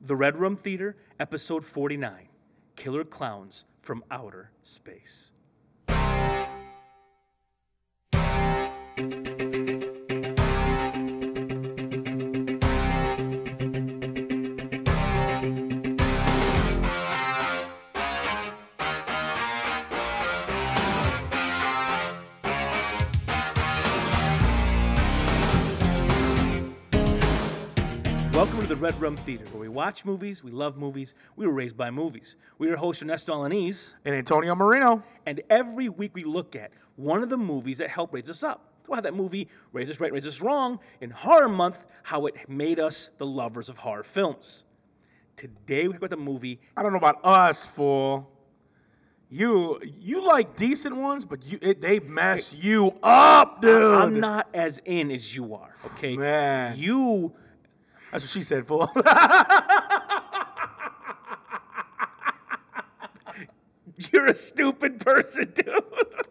The Red Room Theater, Episode 49 Killer Clowns from Outer Space. Welcome to the Red Room Theater, where we watch movies, we love movies, we were raised by movies. We are host Ernesto Alanese, and Antonio Marino. and every week we look at one of the movies that helped raise us up. Wow, that movie raised us right, raised us wrong, in Horror Month, how it made us the lovers of horror films. Today we talk about the movie I don't know about us, fool. You you like decent ones, but you it, they mess you up, dude. I'm not as in as you are, okay? Man. You That's what she said, fool. you're a stupid person, dude.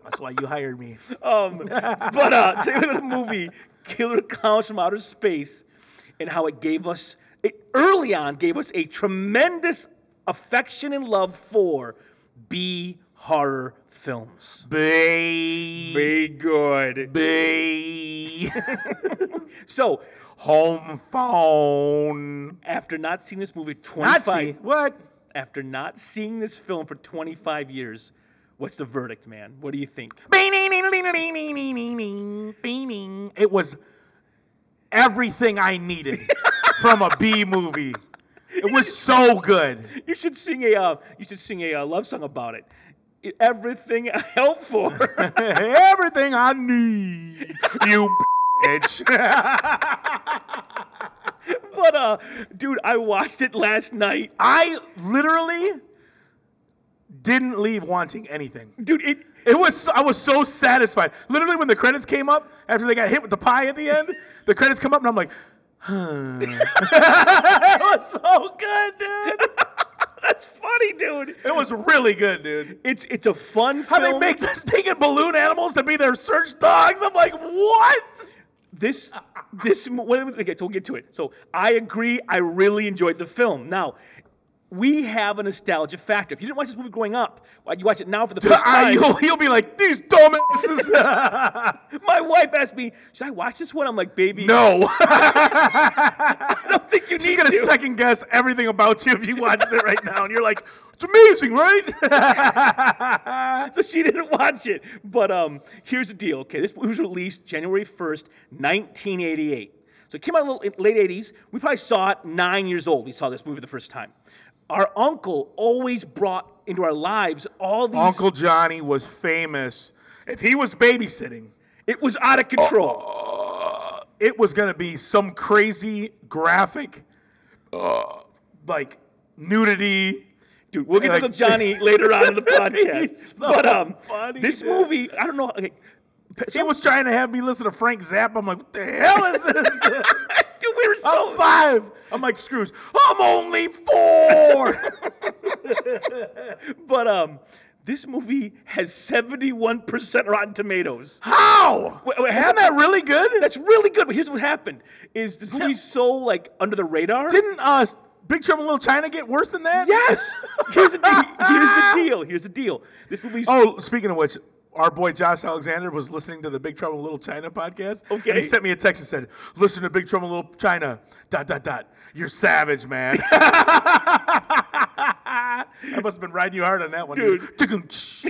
That's why you hired me. Um, but uh, today we're gonna the movie Killer Clowns from Outer Space and how it gave us, it early on, gave us a tremendous affection and love for B horror films. Baby. Be good. So, Home phone. after not seeing this movie 25 Nazi. What? after not seeing this film for 25 years, what's the verdict, man? What do you think? It was everything I needed from a B movie. It was so good. You should sing a uh, you should sing a uh, love song about it. It- everything I hope for. Everything I need, you bitch. But uh, dude, I watched it last night. I literally didn't leave wanting anything. Dude, it It was so- I was so satisfied. Literally, when the credits came up after they got hit with the pie at the end, the credits come up and I'm like, that was so good, dude. That's funny, dude. it was really good, dude. It's it's a fun How film. they make this thing in balloon animals to be their search dogs? I'm like, what? this this mo- what it was- okay, so we'll get to it. So I agree. I really enjoyed the film. Now. We have a nostalgia factor. If you didn't watch this movie growing up, why you watch it now for the first I, time? you'll, you'll be like, these dumbasses. My wife asked me, "Should I watch this one?" I'm like, "Baby, no. I don't think you She's need gonna to." second guess everything about you if you watch it right now, and you're like, it's amazing, right? so she didn't watch it. But um, here's the deal. Okay, this was released January 1st, 1988. So it came out in the l- late 80s. We probably saw it nine years old. We saw this movie the first time. Our uncle always brought into our lives all these. Uncle Johnny was famous. If he was babysitting, uh, It was out of Oh, control. it was gonna be some crazy graphic, uh, like nudity. Dude, we'll get Like- to the Johnny later on in the podcast. He's so but um, funny, this dude. movie, I don't know. Okay, p- He was trying to have me listen to Frank Zappa. I'm like, what the hell is this? dude, we were so I'm five. I'm like, screws. I'm only four. But um, this movie has 71% Rotten Tomatoes. How? Wait, wait, has Isn't it- that really good? That's really good. But here's what happened: is this movie's so like under the radar? Didn't uh, Big Trouble in Little China get worse than that? yes. here's, the de- here's the deal. Here's the deal. This movie's Oh, speaking of which, our boy Josh Alexander was listening to the Big Trouble in Little China podcast. and Okay. he sent me a text and said, "Listen to Big Trouble in Little China." Dot dot dot. You're savage, man. I must have been riding you hard on that one, dude. Tukum-tsh.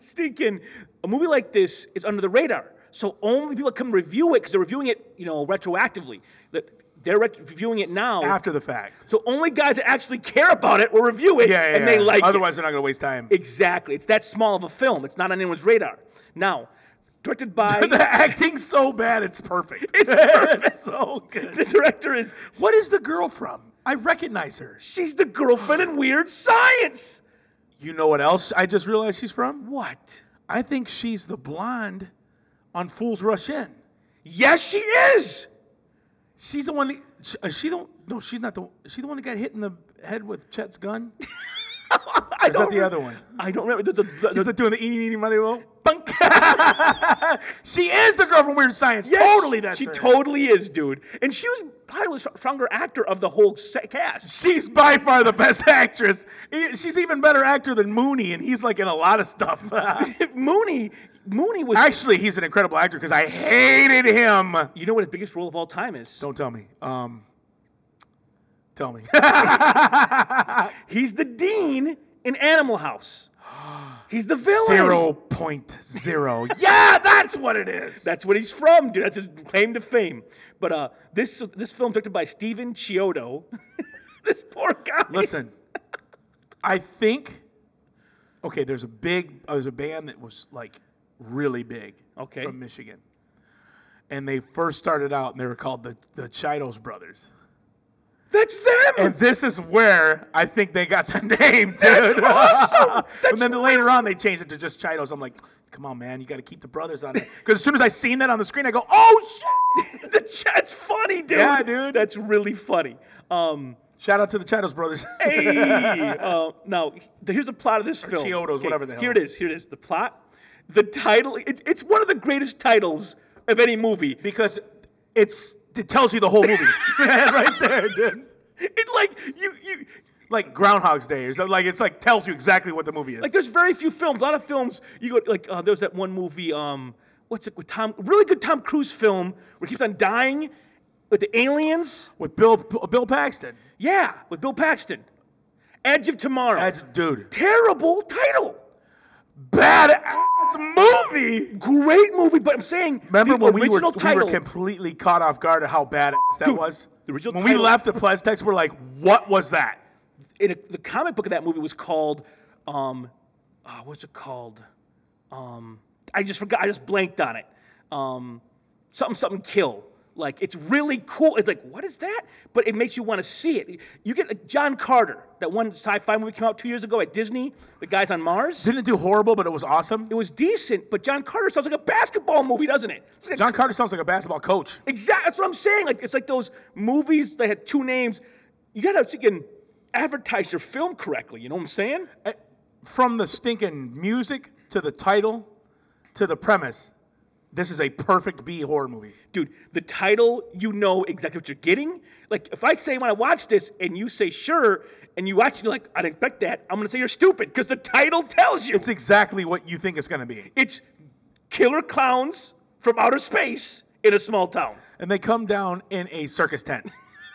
stinking. A movie like this is under the radar, so only people that come review it because they're reviewing it, you know, retroactively. That they're ret- reviewing it now. After the fact. so only guys that actually care about it will review it, Yeah, yeah. and they yeah. like it. Otherwise, they're not gonna waste time. Exactly. It's that small of a film. It's not on anyone's radar. Now, directed by the acting's so bad, it's perfect. It's perfect. It's so good. the director is What is the girl from? I recognize her. she's the girlfriend in Weird Science. You know what else I just realized she's from? What? I think she's the blonde on Fools Rush In. Yes, she is. She's the one. That, she, uh, she don't. No, she's not the. one- She the one that got hit in the head with Chet's gun. I Is that don't the re- other one? I don't remember. The, the, the, Is it doing the eeny meeny money little bunk? She is the girl from Weird Science. Yes, totally, that's she her. totally is, dude. And she was probably the stronger actor of the whole se- cast. She's by far the best actress. E- She's even better actor than Mooney, and he's like in a lot of stuff. Mooney, Mooney was. Actually, he's an incredible actor because I hated him. you know what his biggest role of all time is? Don't tell me. Um, tell me. He's the dean in Animal House. He's the villain. Zero point zero. Yeah, that's what it is. That's what he's from, dude. That's his claim to fame. But uh, this this film directed by Steven Chiodo. this poor guy. Listen, I think. Okay, there's a big. Uh, there's a band that was like really big. Okay. From Michigan, and they first started out, and they were called the the Chidos Brothers. That's them. And this is where I think they got the name, dude. awesome. and then later on, they changed it to just Chidos. I'm like, come on, man, you got to keep the brothers on it. Because as soon as I seen that on the screen, I go, oh shit! the chat's funny, dude. Yeah, dude. That's really funny. Um, Shout out to the Chidos Brothers. hey, uh, now the- here's the plot of this film. Chiodos, whatever the hell. Here it is. Here it is. The plot. The title. It's it's one of the greatest titles of any movie. because it's it tells you the whole movie right there, dude. It like you you Like Groundhog's Day, or something. like it's like tells you exactly what the movie is. Like there's very few films. A lot of films you go like uh, there was that one movie. Um, what's it with Tom? Really good Tom Cruise film where he keeps on dying with the aliens. with Bill Bill Paxton. Yeah, with Bill Paxton. Edge of Tomorrow. That's dude, Terrible title. badass movie. Great movie, but I'm saying Remember the when we were, original we title. were completely caught off guard at how badass that Dude, was? the original when we title- left the Plaztex, we're like, what was that? in a, the comic book of that movie was called, um, uh, what's it called? Um, I just forgot. I just blanked on it. Um, something, something, kill. Like it's really cool. It's like what is that? But it makes you want to see it. You get like, John Carter, that one sci-fi movie came out two years ago at Disney. The guys on Mars. Didn't it do horrible, but it was awesome. It was decent, but John Carter sounds like a basketball movie, doesn't it? It's like a John Carter sounds like a basketball coach. Exactly. That's what I'm saying. Like it's like those movies that had two names. You gotta see can advertise your film correctly. You know what I'm saying? From the stinking music to the title to the premise, this is a perfect B horror movie. Dude, the title, you know exactly what you're getting. Like if I say when I watch this and you say sure and you watch it, you're like, I didn't expect that. I'm gonna say you're stupid because the title tells you. It's exactly what you think it's going to be. It's killer clowns from outer space in a small town. And they come down in a circus tent.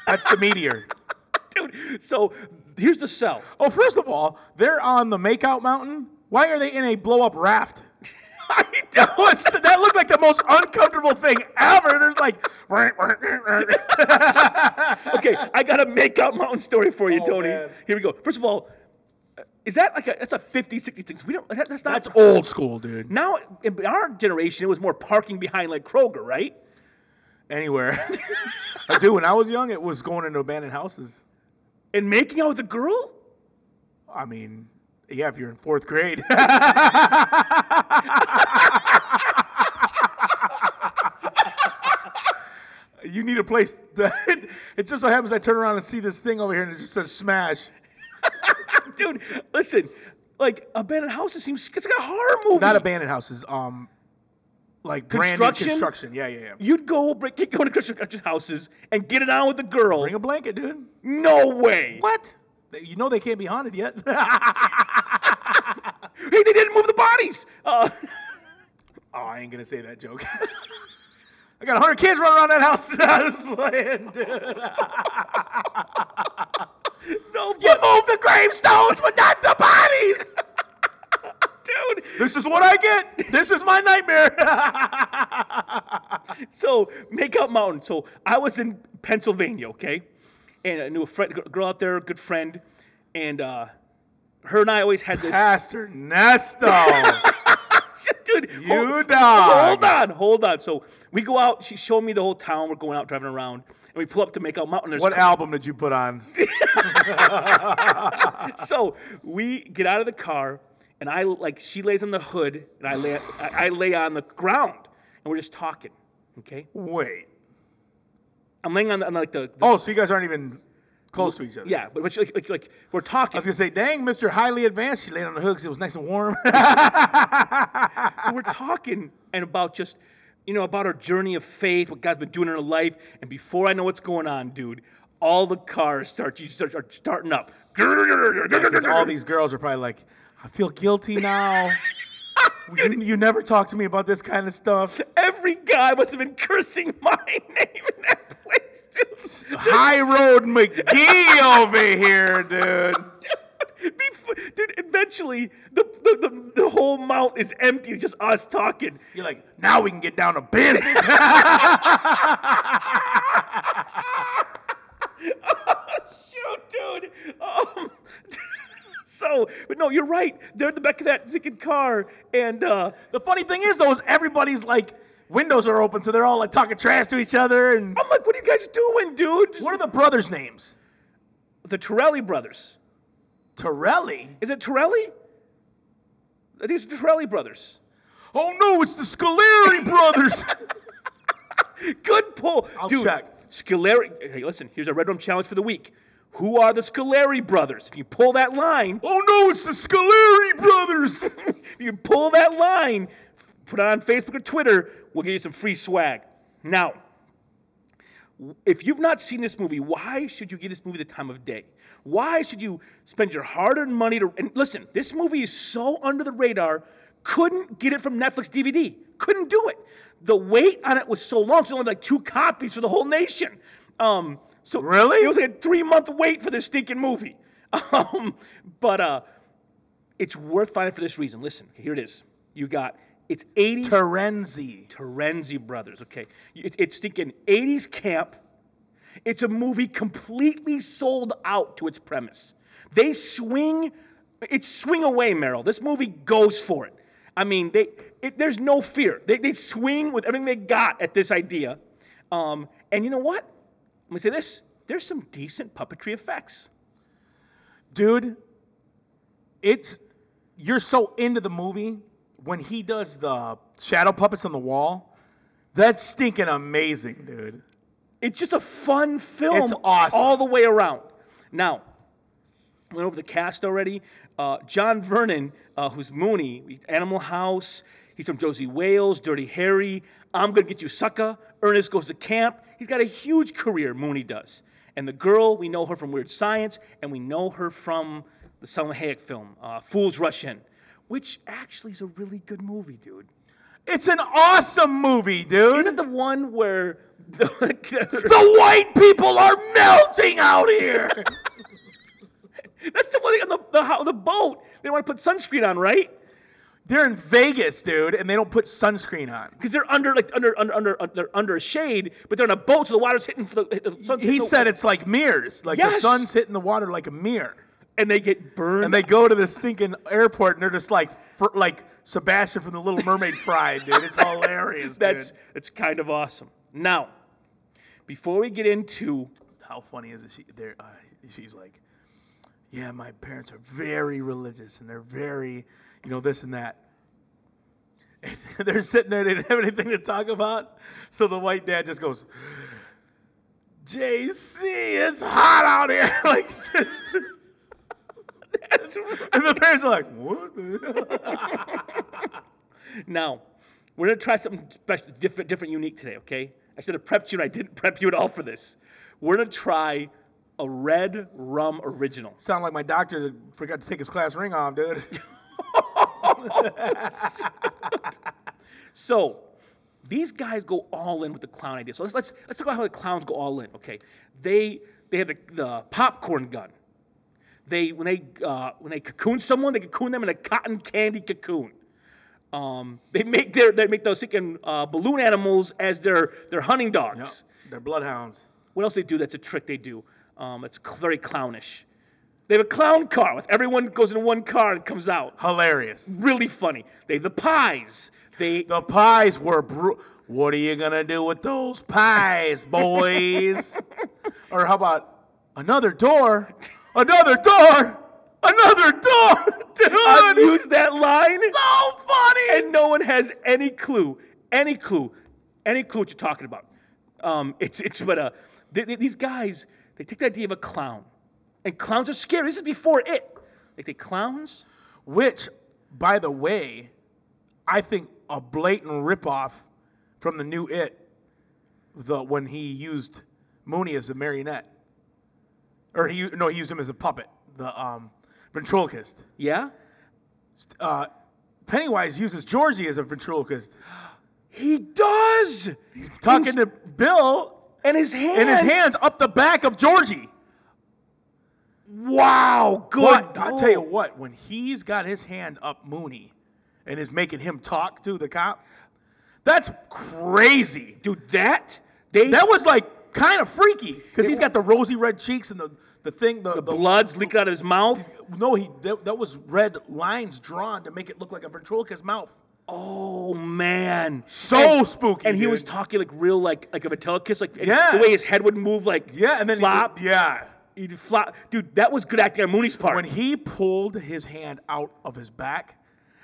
That's the meteor. Dude, so here's the sell. Oh, first of all, they're on the Makeout Mountain. Why are they in a blow up raft? I don't What's, that looked like the most uncomfortable thing ever. There's like, okay, I got a make-up mountain story for you, Oh, Tony. man. Here we go. First of all, uh, is that like a that's a 50, 60 things? We don't that, that's not that's old school, dude. now in our generation it was more parking behind like Kroger, right? Anywhere. dude, when I was young, it was going into abandoned houses. And making out with a girl? I mean, yeah, if you're in fourth grade. you need a place. To, it just so happens I turn around and see this thing over here and it just says smash. Dude, listen, like abandoned houses seems it's like a horror movie. Not abandoned houses. Um, like brand new Construction? construction. Yeah, yeah, yeah. You'd go break, get going to Christian houses and get it on with a girl. Bring a blanket, dude. No way. What? You know they can't be haunted yet. Oh, Hey, they didn't move the bodies. Uh, Oh, I ain't gonna say that joke. I got 100 kids running around that house that I was playing, dude. no, You but, move the gravestones, but not the bodies. dude. This is what I get. This is my nightmare. So Makeout Mountain. So I was in Pennsylvania, okay, and I knew a friend, a girl out there, a good friend, and uh, her and I always had this. Pastor Nesto. Dude, You hold, dog. hold on, hold on. So we go out. She showed me the whole town. We're going out driving around, and we pull up to Makeout Mountain. There's what album did you put on? so we get out of the car, and I like she lays on the hood, and I lay I, I lay on the ground, and we're just talking. Okay, Wait. I'm laying on, the, on like the, the Oh, so you guys aren't even close to each other. Yeah, but, but like, like, like we're I talking, was gonna say, dang, Mr. Highly Advanced. She laid on the hood 'cause it was nice and warm. so we're talking and about just, you know, about our journey of faith, what God's been doing in our life, and before I know what's going on, dude, all the cars start you start are starting up. 'Cause all these girls are probably like, I feel guilty now. you, you never talk to me about this kind of stuff. Every guy must have been cursing my name in that place, dude. High Road McGee over here, dude. Before, dude, eventually the, the, the, the whole mount is empty. It's just us talking. You're like, now we can get down to business. Shoot, dude. Um, so, but no, you're right. They're in the back of that zicked car, and uh, the funny thing is, though, is everybody's like, windows are open, so they're all like talking trash to each other. And I'm like, what are you guys doing, dude? what are the brothers' names? The Torelli brothers. Torelli. Is it Torelli? I think it's the Torelli brothers. Oh no, it's the Scaleri brothers. Good pull. I'll Dude, check. Scolari. Hey, listen, here's our Red Room challenge for the week. Who are the Scolari brothers? If you pull that line, oh no, it's the Scaleri brothers. if you pull that line, f- put it on Facebook or Twitter, we'll give you some free swag. Now, w- if you've not seen this movie, why should you give this movie the time of day? Why should you spend your hard earned money to. And listen, this movie is so under the radar, couldn't get it from Netflix DVD. Couldn't do it. The wait on it was so long, so only like two copies for the whole nation. Um, so Really? It was like a three month wait for this stinking movie. Um, but uh, it's worth finding for this reason. Listen, here it is. You got it's 80s Terenzi. Terenzi Brothers. Okay, It- it's thinking 80s camp. It's a movie completely sold out to its premise. They swing, it's swing away, Meryl. This movie goes for it. I mean, they it, there's no fear. They, they swing with everything they got at this idea. Um, and you know what? Let me say this: there's some decent puppetry effects. dude it's you're so into the movie when he does the shadow puppets on the wall that's stinking amazing dude It's just a fun film It's awesome. all the way around. Now, went over the cast already. Uh, John Vernon, uh, who's Mooney, Animal House. He's from Josie Wales, Dirty Harry. I'm gonna get you, sucker. Ernest goes to camp. He's got a huge career. Mooney does. And the girl, we know her from Weird Science, and we know her from the Selma Hayek film, uh, Fools Rush In, which actually is a really good movie, dude. it's an awesome movie dude Isn't it the one where the, the white people are melting out here That's the one thing on the, the, ho- the boat. They want to put sunscreen on, right? they're in vegas dude and they don't put sunscreen on Because they're under like under under under un- they're under a shade, but they're on a boat, so the water's hitting for the, the sun's he hitting the- said it's like mirrors like the Yes. sun's hitting the water like a mirror and they get burned. and they go to the stinking airport and they're just like fr- like sebastian from the little mermaid fried dude it's hilarious that's dude. that's kind of awesome. Now, before we get into how funny is it? She, there, uh, she's like, yeah, my parents are very religious and they're very, you know, this and that. And they're sitting there, they didn't have anything to talk about. So the white dad just goes, JC, it's hot out here. like, just- and the parents are like, what? the-" now, we're gonna try something special, different, different, unique today. Okay, I should have prepped you, and I didn't prep you at all for this. We're gonna try a red rum original. Sound like my doctor forgot to take his class ring off, dude. So these guys go all in with the clown idea. So let's let's, let's talk about how the clowns go all in. Okay, they they have the, the popcorn gun. They when they uh, when they cocoon someone, they cocoon them in a cotton candy cocoon. Um, they make their they make those freaking uh, balloon animals as their their hunting dogs. They're bloodhounds. What else they do? That's a trick they do. Um, it's cl- very clownish. They have a clown car with everyone goes in one car and comes out. Hilarious. Really funny. They have the pies. They The pies were bru- What are you gonna do with those pies, boys? or how about another door? Another door! Another door! I've Dude! used that line. so funny! and no one has any clue, any clue, any clue what you're talking about. Um, it's it's but uh, th- th- these guys They take the idea of a clown, and clowns are scary. This is before it. Like they clowns. Which, by the way, I think a blatant ripoff from the new It, the when he used Mooney as a marionette, or he u- no, he used him as a puppet, the um, ventriloquist. Yeah, Uh, Pennywise uses Georgie as a ventriloquist. he does. He's talking to Bill and his hand. in his hands up the back of Georgie. Wow, good. But I tell you lord. what, when he's got his hand up Mooney and is making him talk to the cop, that's crazy. dude, that they That was like kind of freaky because he's got the rosy red cheeks and the, the thing, the, the, blood's leaking out of his mouth. No, he that, that was red lines drawn to make it look like a ventriloquist mouth. Oh man, So spooky. and he was dude. talking like real, like like a ventriloquist, like and Yeah. the way his head would move, like yeah, and then he- flop. yeah, He'd flop, dude. That was good acting on Mooney's part. when he pulled his hand out of his back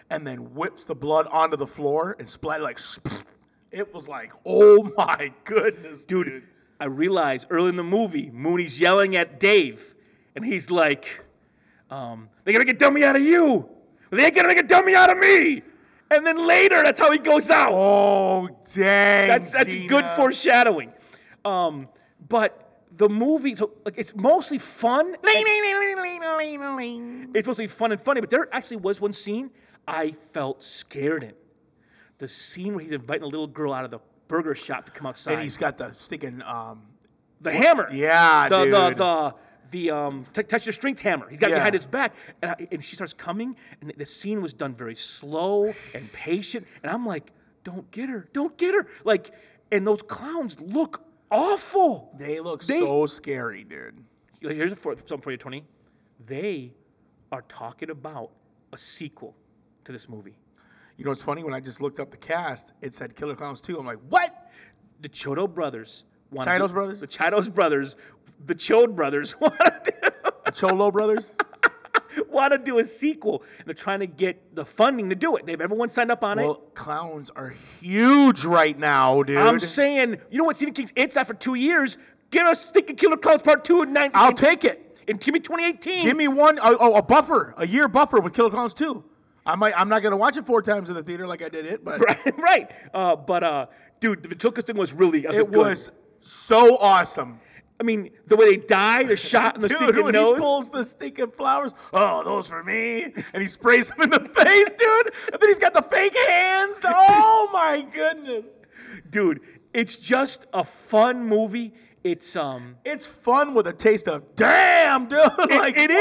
and then whips the blood onto the floor and splat like it was like oh my goodness dude, dude, I realized early in the movie, Mooney's yelling at Dave, and he's like, um, "They're gonna make a dummy out of you. They're gonna make a dummy out of me." And then later, that's how he goes out. oh dang that's that's good Gina. foreshadowing. Um, but the movie, so like, it's mostly fun. and- It's mostly fun and funny, but there actually was one scene I felt scared in. The scene where he's inviting a little girl out of the burger shop to come outside. and he's got the stinking um the hammer. Yeah, the, The dude. the the um t- touch your strength hammer. He's got Yeah. behind his back, and I, and she starts coming, and the scene was done very slow and patient, and I'm like, don't get her, don't get her, like, and those clowns look awful. they look They- so scary dude Here's a for, something for you, Tony. They are talking about a sequel to this movie. you know what's funny when i just looked up the cast it said killer clowns 2 i'm like what The Chodo brothers want Chido's brothers? The Chido's brothers, the Chode brothers want to do. the cholo brothers want to do a sequel. And they're trying to get the funding to do it. They have everyone signed up on well clowns are huge right now dude it. I'm saying, you know what, Stephen King's itched that for two years. Get us Stinking Killer Clowns Part 2 in, nine, i'll in, take it in, give me 2018. Give me one, oh, oh, a buffer, a year buffer with Killer Clowns 2. I might, I'm not going to watch it four times in the theater like I did it, but right, right. Uh, but, uh, dude, the ventriloquist thing was really, that was a it good- was so awesome. I mean, the way they die, they're shot in the Dude, stinking when nose. he pulls the stinking flowers, oh, those for me. And he sprays them in the face, dude. And then he's got the fake hands. Oh, my goodness. dude, it's just a fun movie. It's, um, It's fun with a taste of damn, dude. like, it is.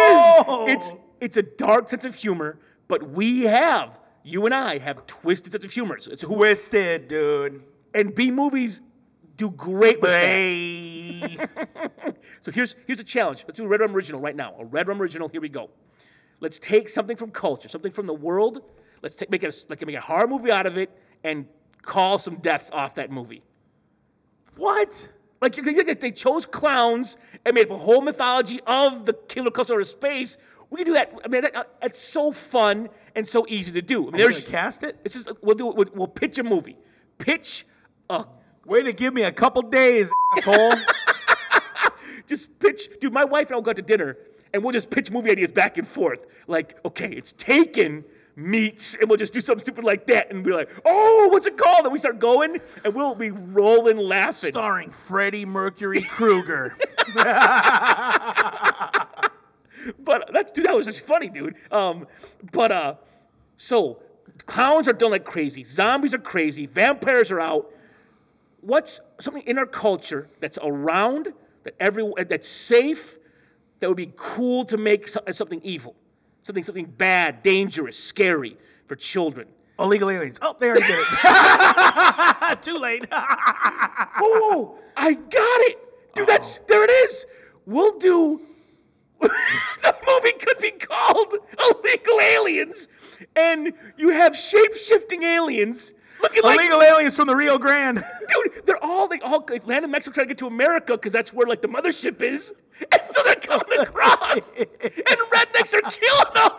whoa. It's it's a dark sense of humor, but we have you and I have twisted sense of humor. So it's who twisted, dude. and B movies do great with that. Hey. So here's here's a challenge. Let's do a Red Rum Original right now. A Red Rum Original. Here we go. Let's take something from culture, something from the world. Let's take, make it a, s- like make a horror movie out of it and call some deaths off that movie. what? Like you can- you can- they chose clowns and made up a whole mythology of the killer culture of space. We can do that. I mean, that, uh, it's so fun and so easy to do. I mean, You're going there's to cast it? it's just we'll do we'll, we'll pitch a movie, pitch a Way to give me a couple days, asshole. just pitch. Dude, my wife and I will go out to dinner and we'll just pitch movie ideas back and forth. Like, okay, it's Taken meets, and we'll just do something stupid like that, and be like, oh, what's it called? And we start going, and we'll be rolling laughing. Starring Freddie Mercury Krueger. But that's dude, that was just funny, dude. Um, but uh, so clowns are done like crazy. Zombies are crazy. Vampires are out. What's something in our culture that's around that every that's safe that would be cool to make so- as something evil, something something bad, dangerous, scary for children? Illegal aliens. Oh, they already did it. Too late. Oh, I got it, dude. That's Oh. there it is. We'll do. the movie could be called Illegal Aliens, and you have shape shifting aliens looking like Illegal aliens from the Rio Grande. dude. They're all they all they land in Mexico trying to get to America because that's where like the mothership is, and so they're coming across, and rednecks are killing them.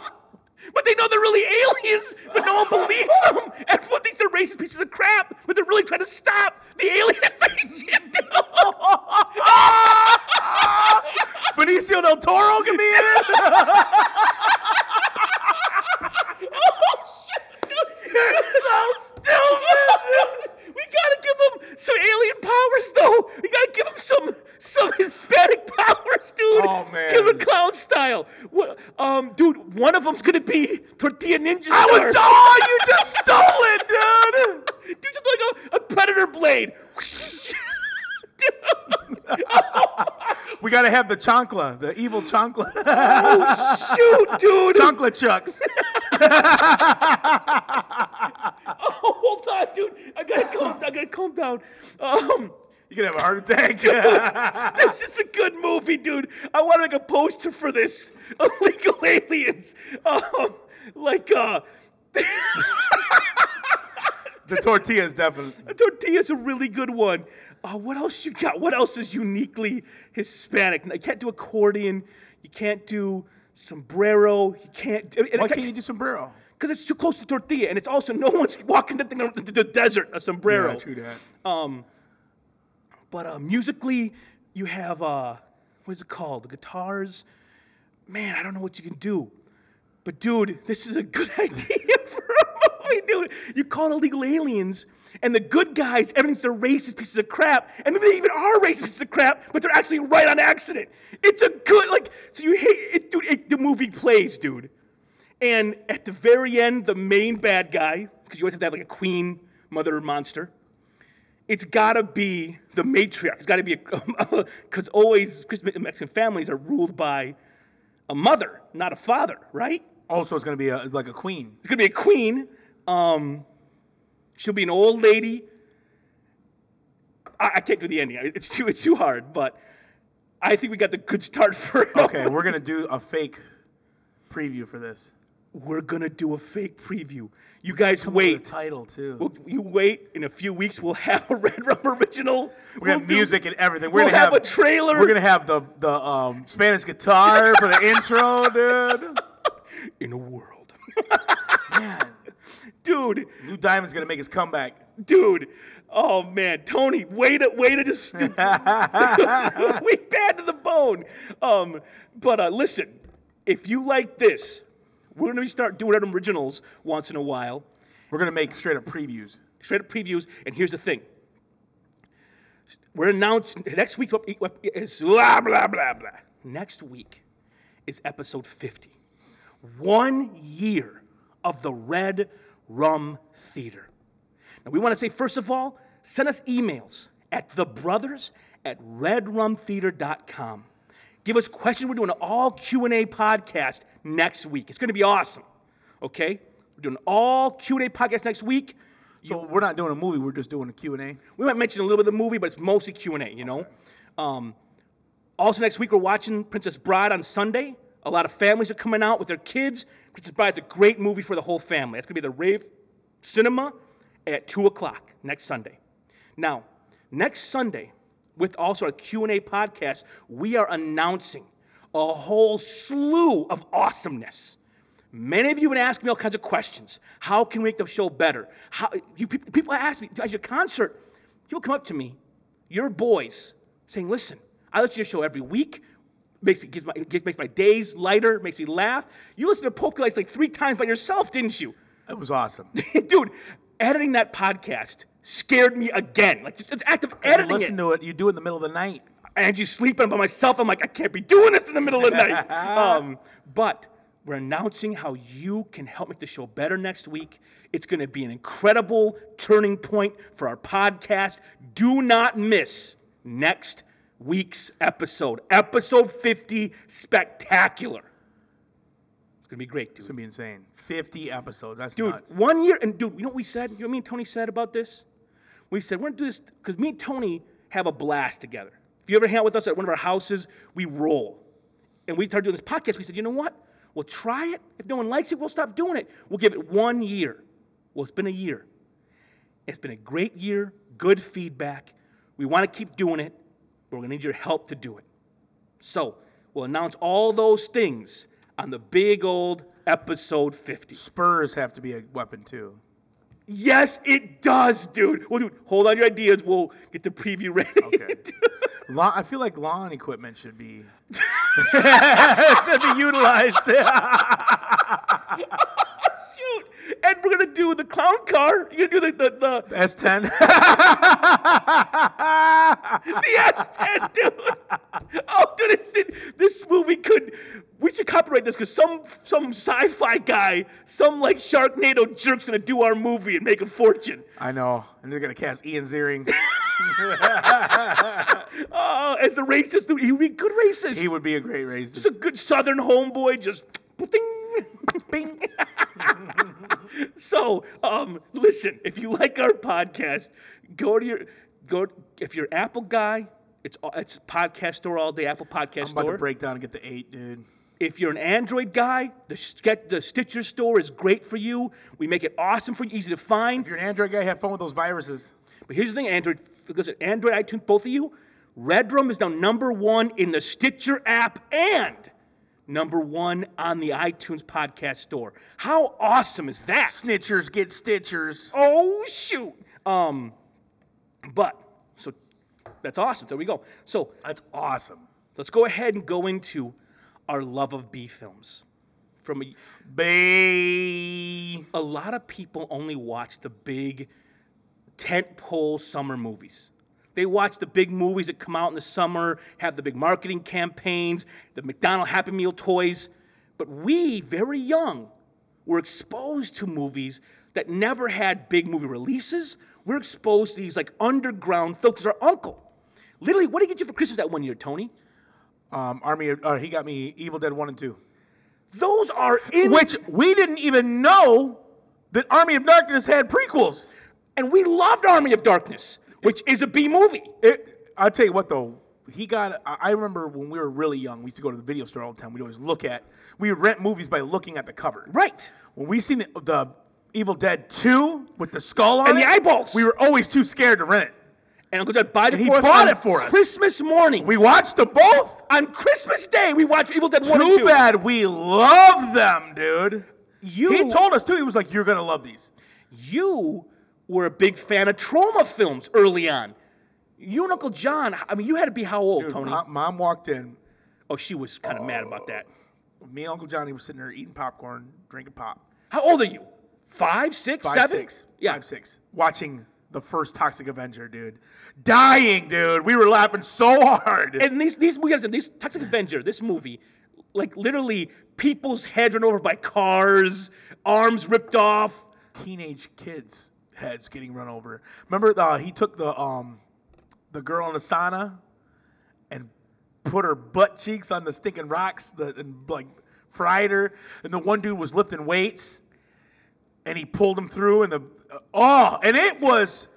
But they know they're really aliens, but no one believes them. Everyone thinks they're racist pieces of crap, but they're really trying to stop the alien invasion. dude. Del Toro can be in it. You're so stupid. we gotta give him some alien powers, though. We gotta give him some some Hispanic powers, dude. Oh, man. Killer Clown style. What, um, dude, one of them's gonna be Tortilla Ninja I Star. was. Oh, you just stole it, dude. dude, just like a, a predator blade. We gotta have the chancla, the evil chancla, oh shoot, dude. chancla chucks. Oh, hold on, dude. I gotta calm. I gotta calm down. Um, You can have a heart attack. this is a good movie, dude. I want to make a poster for this. Illegal aliens. Um, like uh, the tortilla is definitely. tortilla's a really good one. Uh, what else you got? What else is uniquely Hispanic? You can't do accordion. You can't do sombrero. You can't. Why can't you do sombrero? Because it's too close to tortilla, and it's also no one's walking the thing the, the desert a sombrero. Yeah, true that. But uh, musically, you have uh, what is it called? The guitars. Man, I don't know what you can do. But dude, this is a good idea for a movie, dude. You call it illegal aliens, and the good guys, everything's they're racist pieces of crap, and maybe they even are racist pieces of crap, but they're actually right on accident. It's a good like. So you hate it, dude. It, the movie plays, dude. And at the very end, the main bad guy, because you always have to have like a queen, mother, monster it's gotta be the matriarch. It's gotta be because always Christmas Mexican families are ruled by a mother, not a father, right? Also, it's gonna be a, like a queen. It's gonna be a queen. Um, she'll be an old lady. I, I can't do the ending. I- It's too it's too hard. But I think we got the good start for. Okay, we're gonna do a fake preview for this. We're gonna do a fake preview. You guys The wait. title too. Well, You wait. In a few weeks, we'll have a Red Rum original. We're gonna We'll have do- music and everything. We're we'll gonna have a trailer. We're gonna have the the um, Spanish guitar for the intro, dude. in a world, Man, dude. Lou Diamond's gonna make his comeback. dude. Oh man, Tony, way to way to just we bad to the bone. Um, but uh, listen, if you like this, we're gonna start doing our originals once in a while, We're gonna make straight up previews. straight up previews. And here's the thing: we're announcing next week's up- up- is blah blah blah blah. Next week is episode 50. One year of the Red Rum Theater. Now, we want to say, first of all, send us emails at thebrothers at redrumtheater.com. Give us questions. We're doing an all Q&A podcast next week. It's going to be awesome, okay? We're doing an all Q&A podcast next week. So we're not doing a movie. We're just doing a Q and A. We might mention a little bit of the movie, but it's mostly Q and A. You know. Um, also, next week we're watching Princess Bride on Sunday. A lot of families are coming out with their kids. Princess Bride's a great movie for the whole family. That's gonna be the Rave Cinema at two o'clock next Sunday. Now, next Sunday, with also our Q and A podcast, we are announcing a whole slew of awesomeness. Many of you have been asking me all kinds of questions. How can we make the show better? How, you, pe- people ask me, at your concert, people come up to me, your boys, saying, listen, I listen to your show every week. Makes me, gives my, gives, makes my days lighter, makes me laugh. You listened to Polkalites like three times by yourself, didn't you? It was awesome. Dude, editing that podcast scared me again. Like, just the act of editing it. Listen to it. You do it in the middle of the night. Angie's sleeping by myself. I'm like, I can't be doing this in the middle of the night. Um, but we're announcing how you can help make the show better next week. It's going to be an incredible turning point for our podcast. Do not miss next week's episode, episode 50, spectacular. It's going to be great, It's dude. gonna be insane. Fifty episodes. That's Dude, nuts. one year, and dude, you know what we said? You know what me and Tony said about this? We said, we're gonna do this, because me and Tony have a blast together. If you ever hang out with us at one of our houses, we roll. And we started doing this podcast. We said, you know what? We'll try it. If no one likes it, we'll stop doing it. We'll give it one year. Well, it's been a year. It's been a great year, good feedback. We want to keep doing it, but we're going to need your help to do it. So we'll announce all those things on the big old episode 50. Spurs have to be a weapon too. Yes, it does, dude. Well, dude, hold on your ideas. We'll get the preview ready. Lawn, I feel like lawn equipment should be should be utilized. Shoot! And we're gonna do the clown car. You're gonna do the the, the S10. the S10, dude. Oh, dude, it's, it, this movie could. We should copyright this because some some sci-fi guy, some like Sharknado jerk's gonna do our movie and make a fortune. I know. And they're going to cast Ian Ziering. Oh, as the racist dude, he would be a good racist. He E would be a great racist. He's a good Southern homeboy, just ding. Bing. So, um, listen, if you like our podcast, go to your go. If you're Apple guy, it's it's podcast store all day. Apple Podcast I'm store. about to break down and get the eight, dude. If you're an Android guy, the, Sk- the Stitcher store is great for you. We make it awesome for you, easy to If find. you're an Android guy, have fun with those viruses. But here's the thing, Android, because at Android, iTunes, both of you, Red Room is now number one in the Stitcher app and number one on the iTunes podcast store. How awesome is that? Snitchers get stitchers. Oh shoot. Um, but so that's awesome. There we go. So That's awesome. let's go ahead and go into our love of B films. From a, Bay. a lot of people only watch the big tentpole summer movies. They watch the big movies that come out in the summer, have the big marketing campaigns, the McDonald Happy Meal toys. But we, very young, were exposed to movies that never had big movie releases. We're exposed to these like underground films. 'Cause Our uncle, literally, what did he get you for Christmas that one year, Tony? Um, Army. Uh, he got me Evil Dead One and Two, Those are in which we didn't even know that Army of Darkness had prequels. and we loved Army of Darkness, which is a B movie. It, I'll tell you what though. He got. I I remember when we were really young. We used to go to the video store all the time. We'd always look at. We would rent movies by looking at the cover. Right. When we seen the, the Evil Dead Two with the skull on And it, the eyeballs. we were always too scared to rent it. And Uncle John bought it He for us. bought on it for us. Christmas morning. We watched them both. on Christmas Day, we watched Evil Dead 1 and Too 2. bad we love them, dude. You, He told us too. He was like, "You're gonna love these." you were a big fan of trauma films early on. You and Uncle John, I mean, you had to be how old, Tony? Mo- Mom walked in. oh, she was kind of mad about that. Me and Uncle Johnny were sitting there eating popcorn, drinking pop. How old are you? Five, six, Five, seven? six. Yeah. Five, six. Watching the first Toxic Avenger, dude. Dying, dude. We were laughing so hard. And these, these, we gotta these, Toxic Avenger, this movie, like literally people's heads run over by cars, arms ripped off. Teenage kids' heads getting run over. Remember, the, he took the um, the girl in the sauna and put her butt cheeks on the stinking rocks the, and like fried her. And the one dude was lifting weights and he pulled him through. And the oh, and it was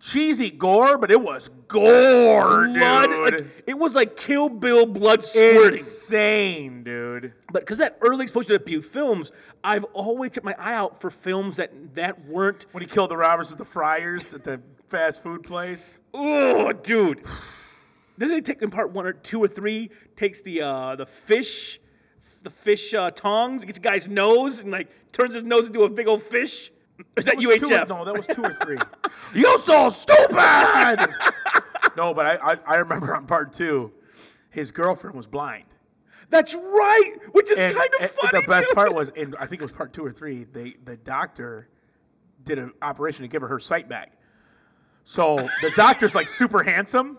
cheesy gore, but it was gore, Blood. dude. like, it was like Kill Bill blood squirting. Insane, dude. But because that early exposure to abuse films, I've always kept my eye out for films that that weren't. When he killed the robbers with the fryers at the fast food place. Oh, dude! Doesn't it take in part one or two or three? Takes the uh, the fish, the fish uh, tongs, gets a guy's nose and like turns his nose into a big old fish. Is that That was two or- UHF? no, that was two or three. you so stupid. no, but I, I, I remember on part two, his girlfriend was blind. That's right. Which is And- kind of and funny. The best dude. part was, and I think it was part two or three. They the doctor did an operation to give her her sight back. So the doctor's like super handsome,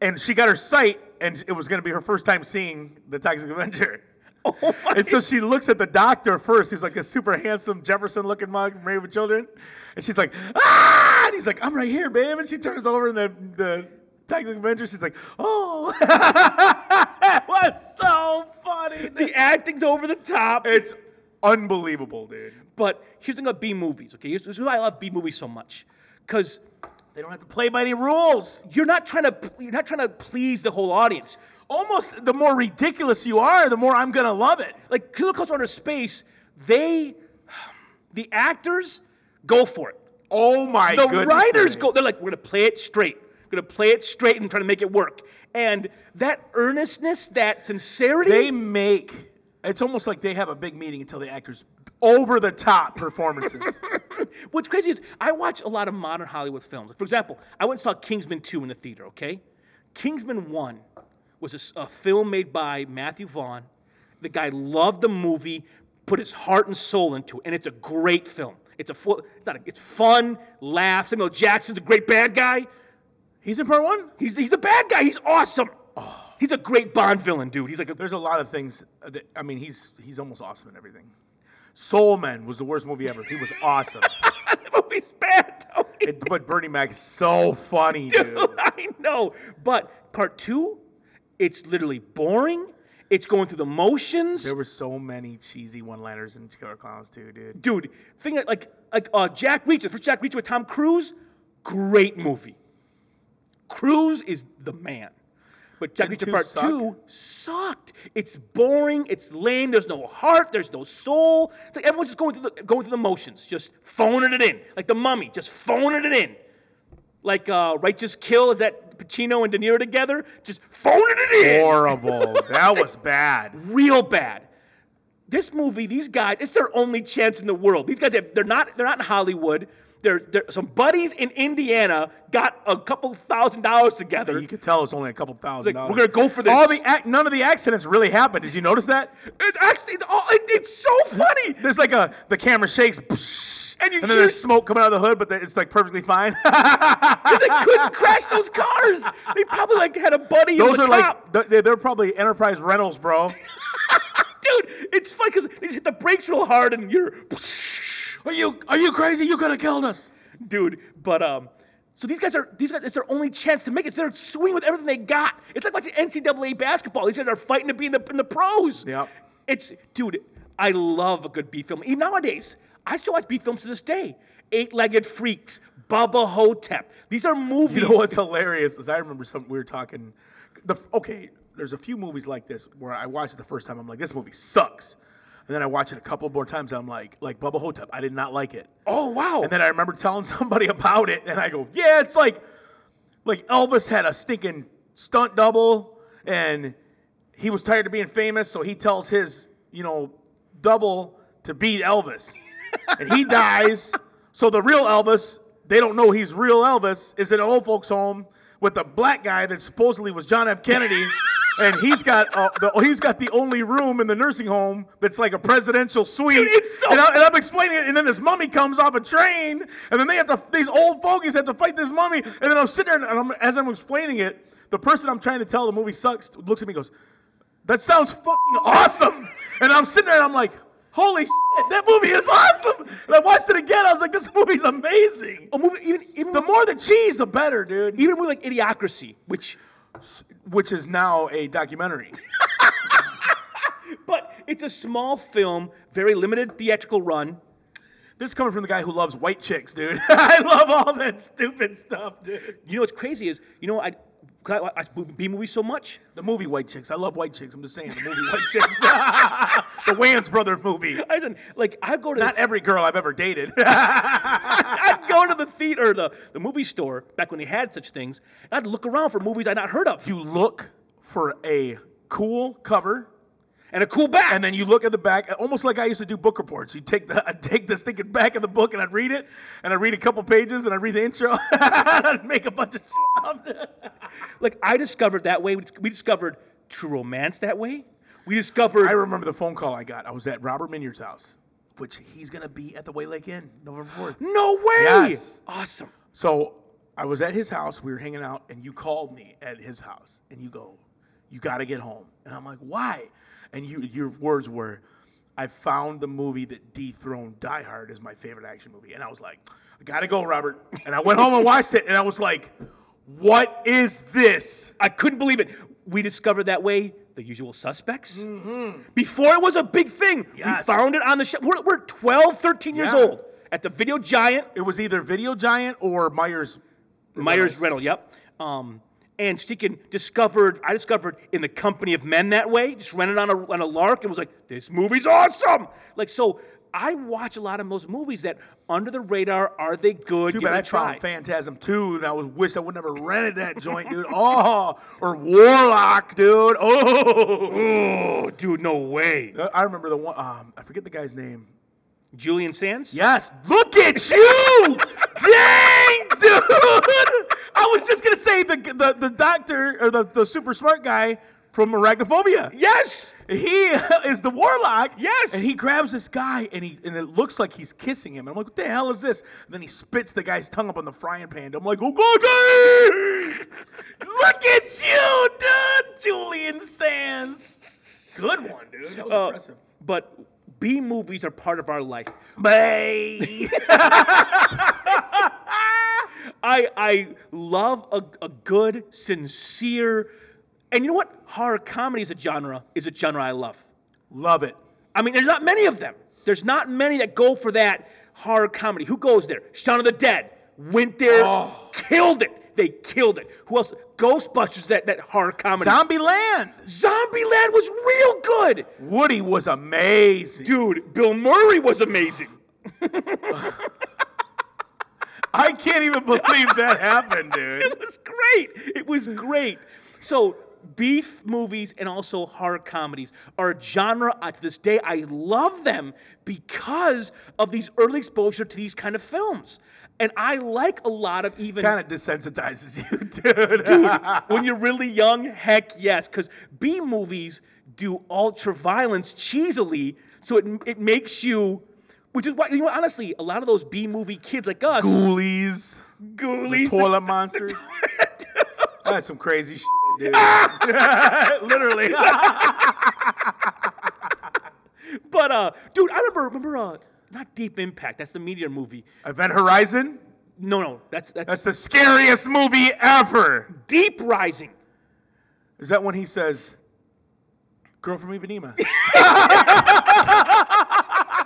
and she got her sight, and it was going to be her first time seeing the Toxic Avenger. Oh and so she looks at the doctor first, who's like a super handsome Jefferson-looking mug from Married with Children, and she's like, "Ah!" And he's like, "I'm right here, babe." And she turns over, and the the Toxic Avenger, she's like, "Oh." it was so funny. dude. the acting's over the top. It's unbelievable, dude. but here's the thing about B movies. Okay, here's, here's why I love B movies so much, because. They don't have to play by any rules. you're not trying to you're not trying to please the whole audience. Almost the more ridiculous you are, the more I'm gonna love it. Like Killer Culture Under Space, they the actors go for it. Oh my The goodness. writers man. go they're like we're going to play it straight. We're going to play it straight and try to make it work. And that earnestness, that sincerity, They make it's almost like they have a big meeting until the actors over the top performances. What's crazy is I watch a lot of modern Hollywood films. For example, I went and saw Kingsman 2 in the theater, okay? Kingsman 1 was a s- a, film made by Matthew Vaughn. The guy loved the movie, put his heart and soul into it, and it's a great film. It's a full, it's not a, it's fun, laugh. Samuel Jackson's a great bad guy. He's in part one. He's he's the bad guy. He's awesome. He's a great Bond villain, dude. He's like a There's a lot of things. That, I mean, he's he's almost awesome in everything. Soul Man was the worst movie ever. He was awesome. the movie's bad. Though. it, but Bernie Mac is so funny, dude. I know. But part two, it's literally boring. It's going through the motions. There were so many cheesy one-liners in Killer Clowns too, dude. Dude, thing that, like like uh, Jack Reacher, first Jack Reacher with Tom Cruise, great movie. Cruise is the man. But Jack Didn't Reacher two Part suck? 2 sucked. It's boring, it's lame, there's no heart, there's no soul. It's like everyone's just going through the, going through the motions, just phoning it in. Like the mummy, just phoning it in. Like uh, Righteous Kill, is that Pacino and De Niro together? Just phoning it in Horrible. that was bad. real bad. This movie, these guys, it's their only chance in the world. These guys, have, they're not, they're not in Hollywood. They're, they're some buddies in Indiana got a couple thousand dollars together. You could tell it's only a couple thousand Like, dollars. we're gonna go for this. All the ac- none of the accidents really happened. Did you notice that? It actually, it's, all, it, it's so funny. There's like a the camera shakes, psh, And you then hear- there's smoke coming out of the hood, but the- it's like perfectly fine. Because they couldn't crash those cars. They probably like had a buddy. Those who are was a cop. like th- they're, they're probably Enterprise rentals, bro. dude, it's fun because they just hit the brakes real hard and you're, are you are you crazy? You could have killed us. dude. But um, so these guys are these guys. It's their only chance to make it. They're swinging with everything they got. It's like watching NCAA basketball. These guys are fighting to be in the in the pros. Yep. It's dude. I love a good B film. Even nowadays, I still watch B films to this day. Eight Legged Freaks, Bubba Hotep. These are movies. You know what's hilarious is I remember something we were talking. The f- okay, there's a few movies like this where I watched it the first time. I'm like, this movie sucks, and then I watch it a couple more times. And I'm like, like Bubba Hotep, I did not like it. Oh wow. And then I remember telling somebody about it, and I go, "Yeah, it's like, like Elvis had a stinking stunt double, and he was tired of being famous, so he tells his, you know, double to beat Elvis, and he dies. So the real Elvis, they don't know he's real Elvis, is in an old folks' home with a black guy that supposedly was John F. Kennedy." And he's got uh, the, he's got the only room in the nursing home that's like a presidential suite. it's so And I- and I'm explaining it, and then this mummy comes off a train, and then they have to these old fogies have to fight this mummy, and then I'm sitting there, and I'm, as I'm explaining it, the person I'm trying to tell the movie sucks looks at me, and goes, "That sounds fucking awesome," and I'm sitting there, and I'm like, "Holy shit, that movie is awesome!" And I watched it again, I was like, "This movie's amazing." a movie even even The more the cheese, the better, dude. even a movie like Idiocracy, which Which is now a documentary. but it's a small film, very limited theatrical run. This is coming from the guy who loves white chicks, dude. I love all that stupid stuff, dude. You know what's crazy is you know I. 'cause I watch B movies so much. The movie White Chicks. I love White Chicks. I'm just saying the movie White Chicks. the Wayans brother movie. Listen, like I go to the Not every girl I've ever dated. I'd go to the theater, the, the movie store, back when they had such things, and I'd look around for movies I'd not heard of. you look for a cool cover, And a cool back. and then you look at the back, almost like I used to do book reports. You take the I'd take the stinking back of the book and I'd read it, and I'd read a couple pages, and I'd read the intro, and I'd make a bunch of shit up. like, I discovered that way. We, dis- we discovered true romance that way. We I discovered. remember the phone call I got. I was at Robert Minyard's house, which he's gonna be at the Waylake Inn November 4th. no way! Yes. Awesome. So I was at his house. We were hanging out, and you called me at his house, and you go, "You got to get home." And I'm like, "Why?" And you, your words were, "I found the movie that dethroned Die Hard as my favorite action movie," and I was like, "I gotta go, Robert." And I went home and watched it, and I was like, "What is this?" I couldn't believe it. We discovered that way the usual suspects. Before it was a big thing, Mm-hmm. Yes. we found it on the show. We're, we're 12, 13 years Yeah. old at the video giant. It was either Video Giant or Myers. Myers Reynolds, yep. Um, and Steakin discovered, I discovered in the company of men that way, just rented on a, on a lark and was like, this movie's awesome. Like, so I watch a lot of those movies that under the radar, are they good? Too Give bad it I a try. found Phantasm 2, and I was wish I would never rented that joint, dude. Oh, or Warlock, dude. Oh, oh, dude, no way. Uh, I remember the one. Um, I forget the guy's name. Julian Sands? Yes, look at you, dang dude! I I was just gonna say the the, the doctor or the, the super smart guy from Arachnophobia. Yes. He is the warlock. Yes. And he grabs this guy and he and it looks like he's kissing him. And I'm like, what the hell is this? And then he spits the guy's tongue up on the frying pan. I'm like, oh god, guy! look at you, dude, Julian Sands. Good one, dude. That was Uh, impressive. But B movies are part of our life. Bye. I I love a, a good, sincere, and you know what? Horror comedy is a genre. Is a genre I love. Love it. I mean, there's not many of them. There's not many that go for that horror comedy. Who goes there? Shaun of the Dead went there, Oh. killed it. They killed it. Who else? Ghostbusters. That that horror comedy. Zombie Land. Zombieland was real good, Woody was amazing. dude. Bill Murray was amazing. I can't even believe that happened, dude. It was great. It was great. So beef movies and also horror comedies are a genre uh, to this day I love them because of these early exposure to these kind of films. And I like a lot of even Kind of desensitizes you, dude. dude, when you're really young, heck yes, because B movies do ultra violence cheesily, so it it makes you, which is why you know honestly, a lot of those B movie kids like us, Ghoulies, ghoulies, toilet monsters. That's some crazy shit, dude. Literally. But uh, dude, I remember remember uh, not Deep Impact. That's the meteor movie. Event Horizon? No, no, that's that's, That's the scariest movie ever. Deep Rising. Is that when he says, Girl from Ipanema?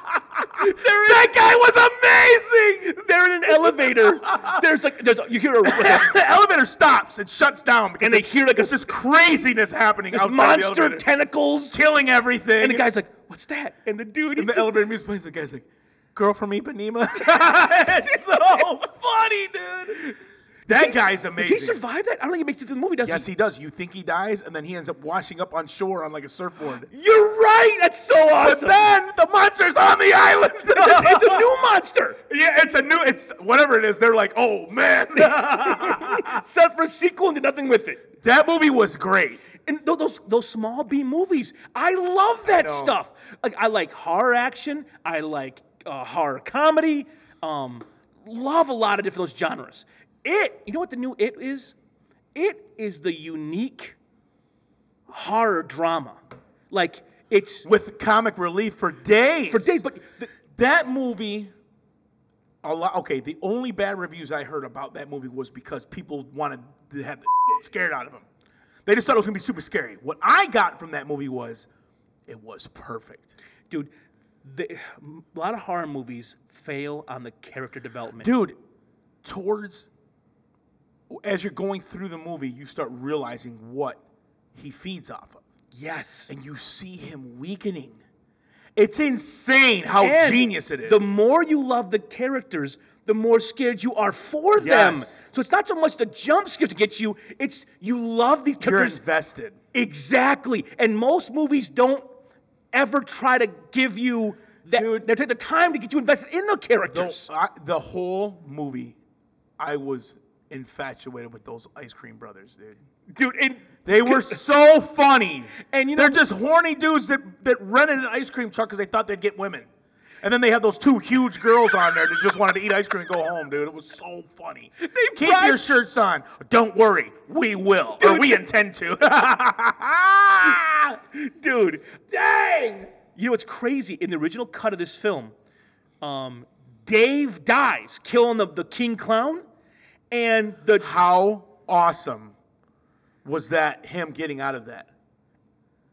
that guy was amazing! They're in an elevator. There's like there's you hear a, like a the elevator stops. It shuts down because And they it's- hear, like, a- it's this craziness happening outside the monster elevator, tentacles, killing everything. and the guy's like, "What's that?" And the dude, the he's elevator music plays. The guy's like, "Girl from Ipanema." it's so funny, dude. That guy's does amazing. he survive that? I don't think he makes it through the movie, does yes, he? he does. You think he dies, and then he ends up washing up on shore on like a surfboard. You're right. That's so But awesome. then the monster's on the island. it's a new monster yeah, it's a new. It's whatever it is. They're like, "Oh man, set for a sequel and did nothing with it. that movie was great." and tho- those those small B movies. I love that know. stuff. Like I like horror action. I like uh, horror comedy. Um, love a lot of different those genres. It, you know what the new it is? It is the unique horror drama. Like it's With comic relief for days. for days, but the, That movie, a lot. Okay, the only bad reviews I heard about that movie was because people wanted to have the shit scared out of them. They just thought it was gonna be super scary. What I got from that movie was, it was perfect, dude, the, a lot of horror movies fail on the character development. dude. Towards as you're going through the movie, you start realizing what he feeds off of, yes. and you see him weakening. It's insane how And genius it is. The more you love the characters, the more scared you are for Yes. them. So it's not so much the jump scares that get you, it's you love these you're characters invested. exactly. And most movies don't ever try to give you that Dude. they take the time to get you invested in the characters. The, I, the whole movie, I was infatuated with those ice cream brothers, dude. Dude, and They were so funny. And you they're know- just horny dudes that, that rented an ice cream truck because they thought they'd get women. And then they had those two huge girls on there that just wanted to eat ice cream and go home, dude. It was so funny. Keep bribed- your shirts on. Don't worry, we will, or Dude. we intend to. dude, Dang! you know what's crazy? In the original cut of this film, um, Dave dies killing the, the king clown, and the How awesome was that? Him getting out of that.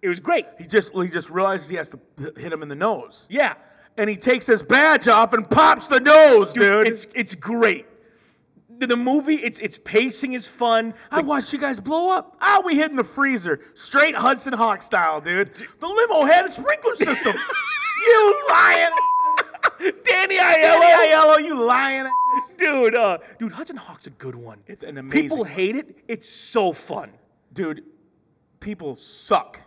it was great. He just he just realizes he has to hit him in the nose, Yeah. and he takes his badge off and pops the nose, dude. It's it's great. The, the movie, it's its pacing is fun. I watched you guys blow up. Ah, we hid in the freezer, straight Hudson Hawk style, dude. The limo had a sprinkler system. you lying, ass. Danny Danny Aiello, Aiello, you lying. Ass. dude, uh, dude, Hudson Hawk's a good one. It's an amazing, People hate it. It's so fun. dude. People suck.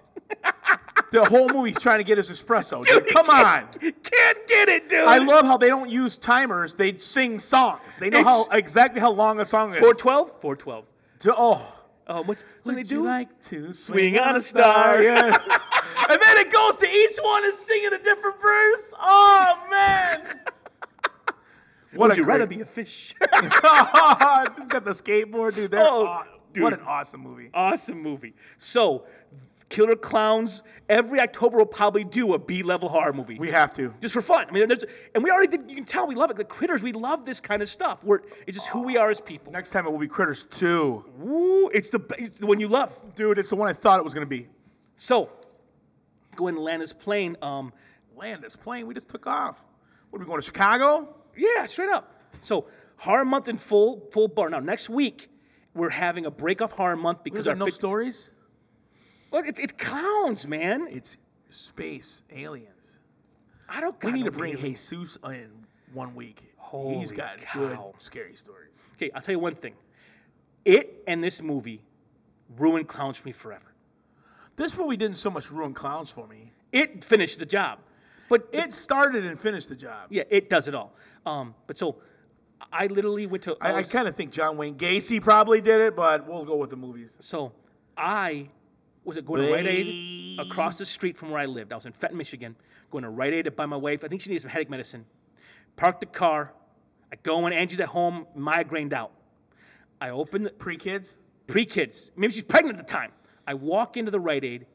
the whole movie's trying to get his espresso. Dude, He come on. can't- Can't get it, dude. I love how they don't use timers. They sing songs. They know how It's- exactly how long a song is. 412? 412. To- oh, Um, what's what do they would you do? like to Swing on a star. Yeah. and then it goes to each one is singing a different verse. Oh man. What would a you rather great- be a fish? He's got the skateboard, dude. They're Oh, aw- dude. What an awesome movie. awesome movie. So, Killer Clowns, every October we'll probably do a B level horror movie. We have to. just for fun. I mean, there's, and we already did, you can tell we love it. The critters, we love this kind of stuff. We're, it's just who we are as people. Next time it will be Critters 2. Woo, it's the, it's the one you love. Dude, it's the one I thought it was going to be. So, go in Lana's plane. Um, Land this plane. We just took off. What are we going to Chicago? Yeah, straight up. So horror month in full full bar. Now next week we're having a break off horror month because our fic- stories? Well, it's it's clowns, man. It's space aliens. I don't. We got need no to bring feeling. Jesus in one week. He's Holy got cow. good scary stories. Okay, I'll tell you one thing. It and this movie ruined clowns for me forever. This movie didn't so much ruin clowns for me. It finished the job, but It started and finished the job. yeah, it does it all. Um, but so I literally went to. I, I was- kind of think John Wayne Gacy probably did it, but we'll go with the movies. So I was at going to Rite Aid across the street from where I lived. I was in Fenton, Michigan, going to Rite Aid to buy my wife. I think she needed some headache medicine. Parked the car. I go in. Angie's at home, migrained out. I open the Pre kids? pre kids. Maybe she's pregnant at the time. I walk into the Rite Aid,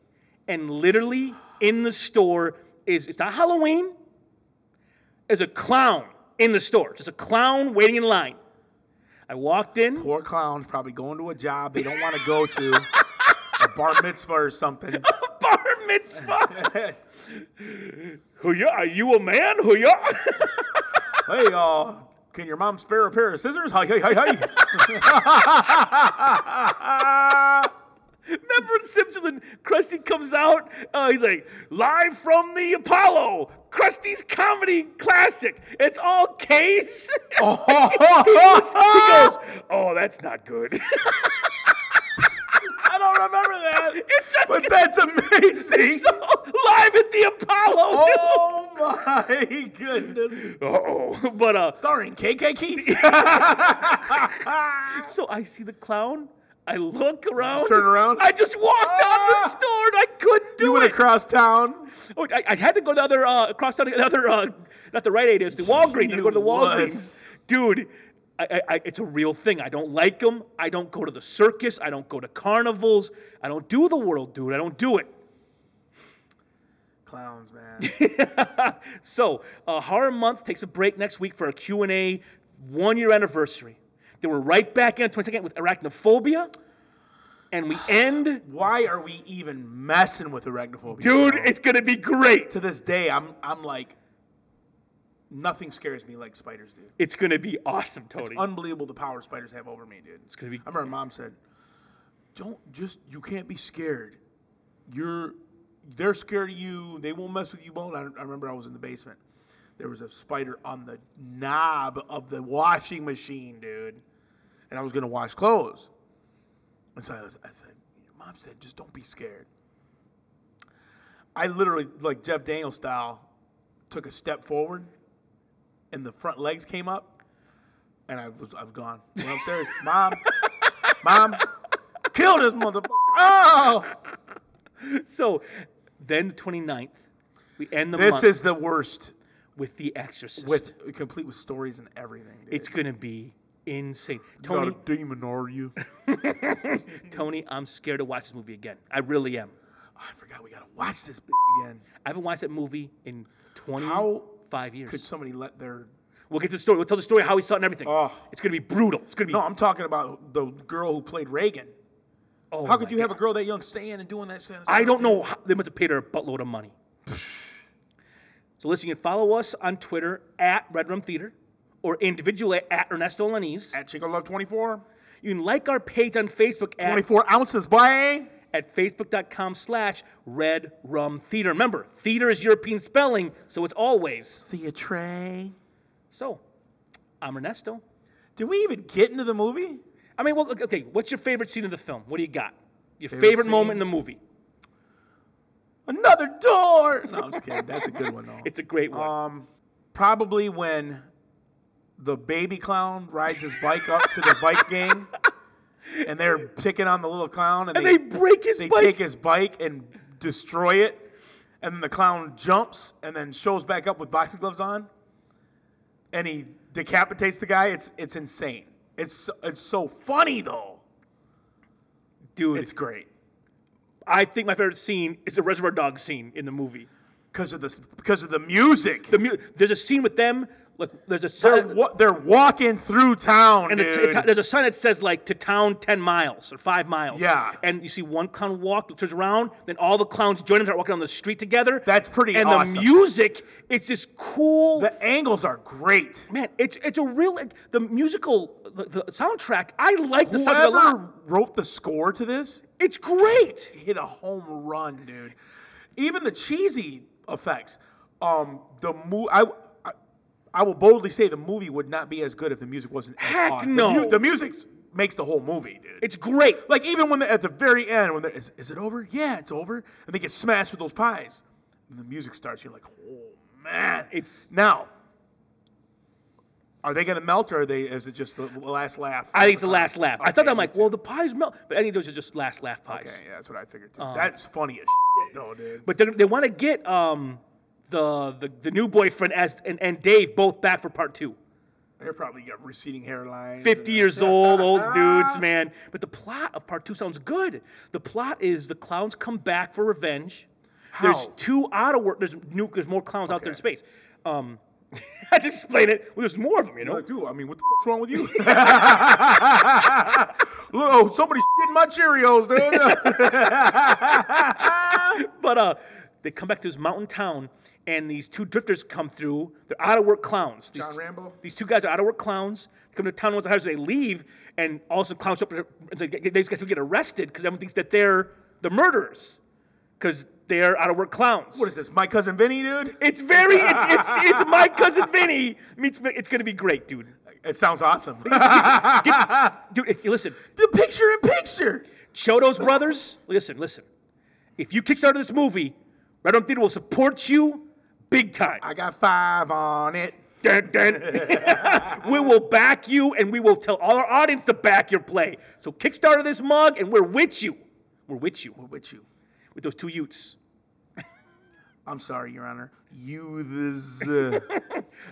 and literally in the store is it's not Halloween. There's a clown in the store. Just a clown waiting in line. I walked in. Poor clowns probably going to a job they don't want to go to, a bar mitzvah or something. bar mitzvah. Who ya? Are you a man? Who ya? Hey, uh, can your mom spare a pair of scissors? Hi, hey, hey, hey. Remember in Simpson when Krusty comes out? Uh, he's like, live from the Apollo, Krusty's comedy classic. It's all case. Oh, he goes, oh, that's not good. I don't remember that. It's a- but that's amazing. so, live at the Apollo. oh my goodness. Uh oh. But uh, Starring KK Keith. so I see the clown. I look around. turn around. I just walked out of Ah! the store and I couldn't do you went it. across town. Oh, I, I had to go to the other uh, across town, the other uh, not the Rite Aid, it's the Walgreens. I had to go to the You Walgreens, wuss. dude. I, I, I, it's a real thing. I don't like them. I don't go to the circus. I don't go to carnivals. I don't do the world, dude. I don't do it. Clowns, man. So uh, horror month takes a break next week for our Q and A one year anniversary. Then we're right back in on 22nd with arachnophobia, and we end, Why are we even messing with arachnophobia? dude. bro? It's gonna be great. to this day, I'm I'm like, nothing scares me like spiders do. It's gonna be awesome, Tony. Unbelievable the power spiders have over me, dude. It's gonna be- I remember mom said, "Don't just you can't be scared. You're they're scared of you. They won't mess with you." Bone. I, I remember I was in the basement. There was a spider on the knob of the washing machine, dude, and I was gonna wash clothes. And so I, was, I said, "Mom said just don't be scared." I literally, like Jeff Daniels style, took a step forward, and the front legs came up, and I was I was gone. Went upstairs, mom, mom, kill this motherfucker! Oh, so then the 29th, we end the this month is the worst. with The Exorcist. With complete with stories and everything. Dude. It's gonna be insane. not Tony, a demon, are you? Tony, I'm scared to watch this movie again. I really am. I forgot we gotta watch this b- again. I haven't watched that movie in 25 How years. Could somebody let their? We'll get to the story. We'll tell the story of how he saw it and everything. Oh. It's gonna be brutal. It's gonna be. No, I'm talking about the girl who played Reagan. oh How could my you have a God. girl that young staying and doing that? Stuff? I don't know. How, they must have paid her a buttload of money. so listen, you can follow us on Twitter at Red Room Theater or individually at Ernesto Lanise. At Chico Love 24, You can like our page on Facebook at 24 ounces, boy. at facebook.com slash red rum theater. Remember, theater is European spelling, so it's always. Theatre. So, I'm Ernesto. Did we even get into the movie? I mean, well, okay, what's your favorite scene of the film? What do you got? Your favorite, Favorite moment in scene? the movie? Another door. No, I'm just kidding. That's a good one though. It's a great one. Um, probably when the baby clown rides his bike up to the bike gang, and they're picking on the little clown, and, and they break his they bike. take his bike and destroy it, and then the clown jumps and then shows back up with boxing gloves on, and he decapitates the guy. It's it's insane. It's so- it's so funny though. Dude, It's great I think my favorite scene is the Reservoir Dogs scene in the movie. because of the because of the music. The mu- there's a scene with them. Like there's a they're, sign, wa- they're walking through town, and the t- dude. t- there's a sign that says like to town ten miles or five miles. Yeah. And you see one clown walk, turns around, then all the clowns join him, start walking on the street together. That's pretty And the awesome. music, it's this cool. the angles are great. man, it's it's a real like, the musical the, the soundtrack. I like the soundtrack a lot. Whoever wrote the score to this It's great. hit a home run, dude. Even the cheesy effects. Um, the mo- I, I, I will boldly say the movie would not be as good if the music wasn't. as Heck awesome. The, no. mu- the music makes the whole movie, dude. It's great. like even when the, at the very end, when they're, is, is it over? Yeah, it's over. And they get smashed with those pies, and the music starts. You're like, oh man. now, are they gonna melt or are they? Is it just the last laugh? I think it's the last laugh. I thought Okay, I'm me like, well, the pies melt, but I think those are just last laugh pies. Okay, yeah, that's what I figured too. that's funny as shit, though, dude. But then they want to get um, the, the the new boyfriend as and, and Dave both back for part two. They're probably got receding hairlines. 50 and- years old, old dudes, man. But the plot of part two sounds good. The plot is the clowns come back for revenge. There's How? two auto work. There's new. There's more clowns out there in space. Um, I just explained it. Well, there's more of them, you know. Like, dude, I mean, what the fuck's wrong with you? Look, oh, somebody's shitting my Cheerios, dude. But uh, they come back to this mountain town, and these two drifters come through. They're out of work clowns. These, John Rambo? These two guys are out of work clowns. They come to town once the house. They leave, and also clowns show up. and It's like, these guys will get arrested because everyone thinks that they're the murderers because they're out of work clowns. what is this, my cousin Vinny, dude? It's very. It's, it's, it's my cousin Vinny. Meets, it's gonna be great, dude. It sounds awesome. Get- dude, if you listen, the picture in picture. Chodos Brothers. Listen, listen. If you kickstart this movie, Red Arm Theater will support you big time. I got five on it. Dun, dun. we will back you, and we will tell all our audience to back your play. So Kickstarter this mug, and we're with you. We're with you We're with you. with those two Utes. I'm sorry, Your Honor. You this uh,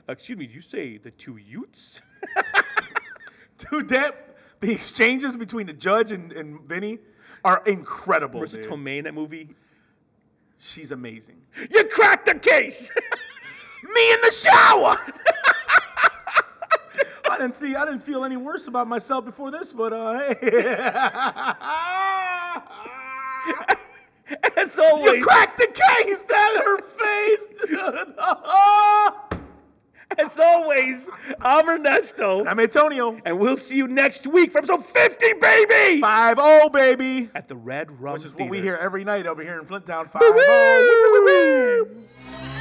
Excuse me, did you say the two Utes? dude. That the exchanges between the judge and, and Vinny are incredible. Marissa dude. Tomei in that movie? She's amazing. You cracked the case. me in the shower. I didn't feel I didn't feel any worse about myself before this, but uh, hey. As always. you cracked the case. That her face. As always, I'm Ernesto, I'm Antonio. and we'll see you next week for episode 50, baby! Five zero, baby. At the Red Rum Which is what we Theater. oh. hear every night over here in Flinttown. Five Woo-woo! zero.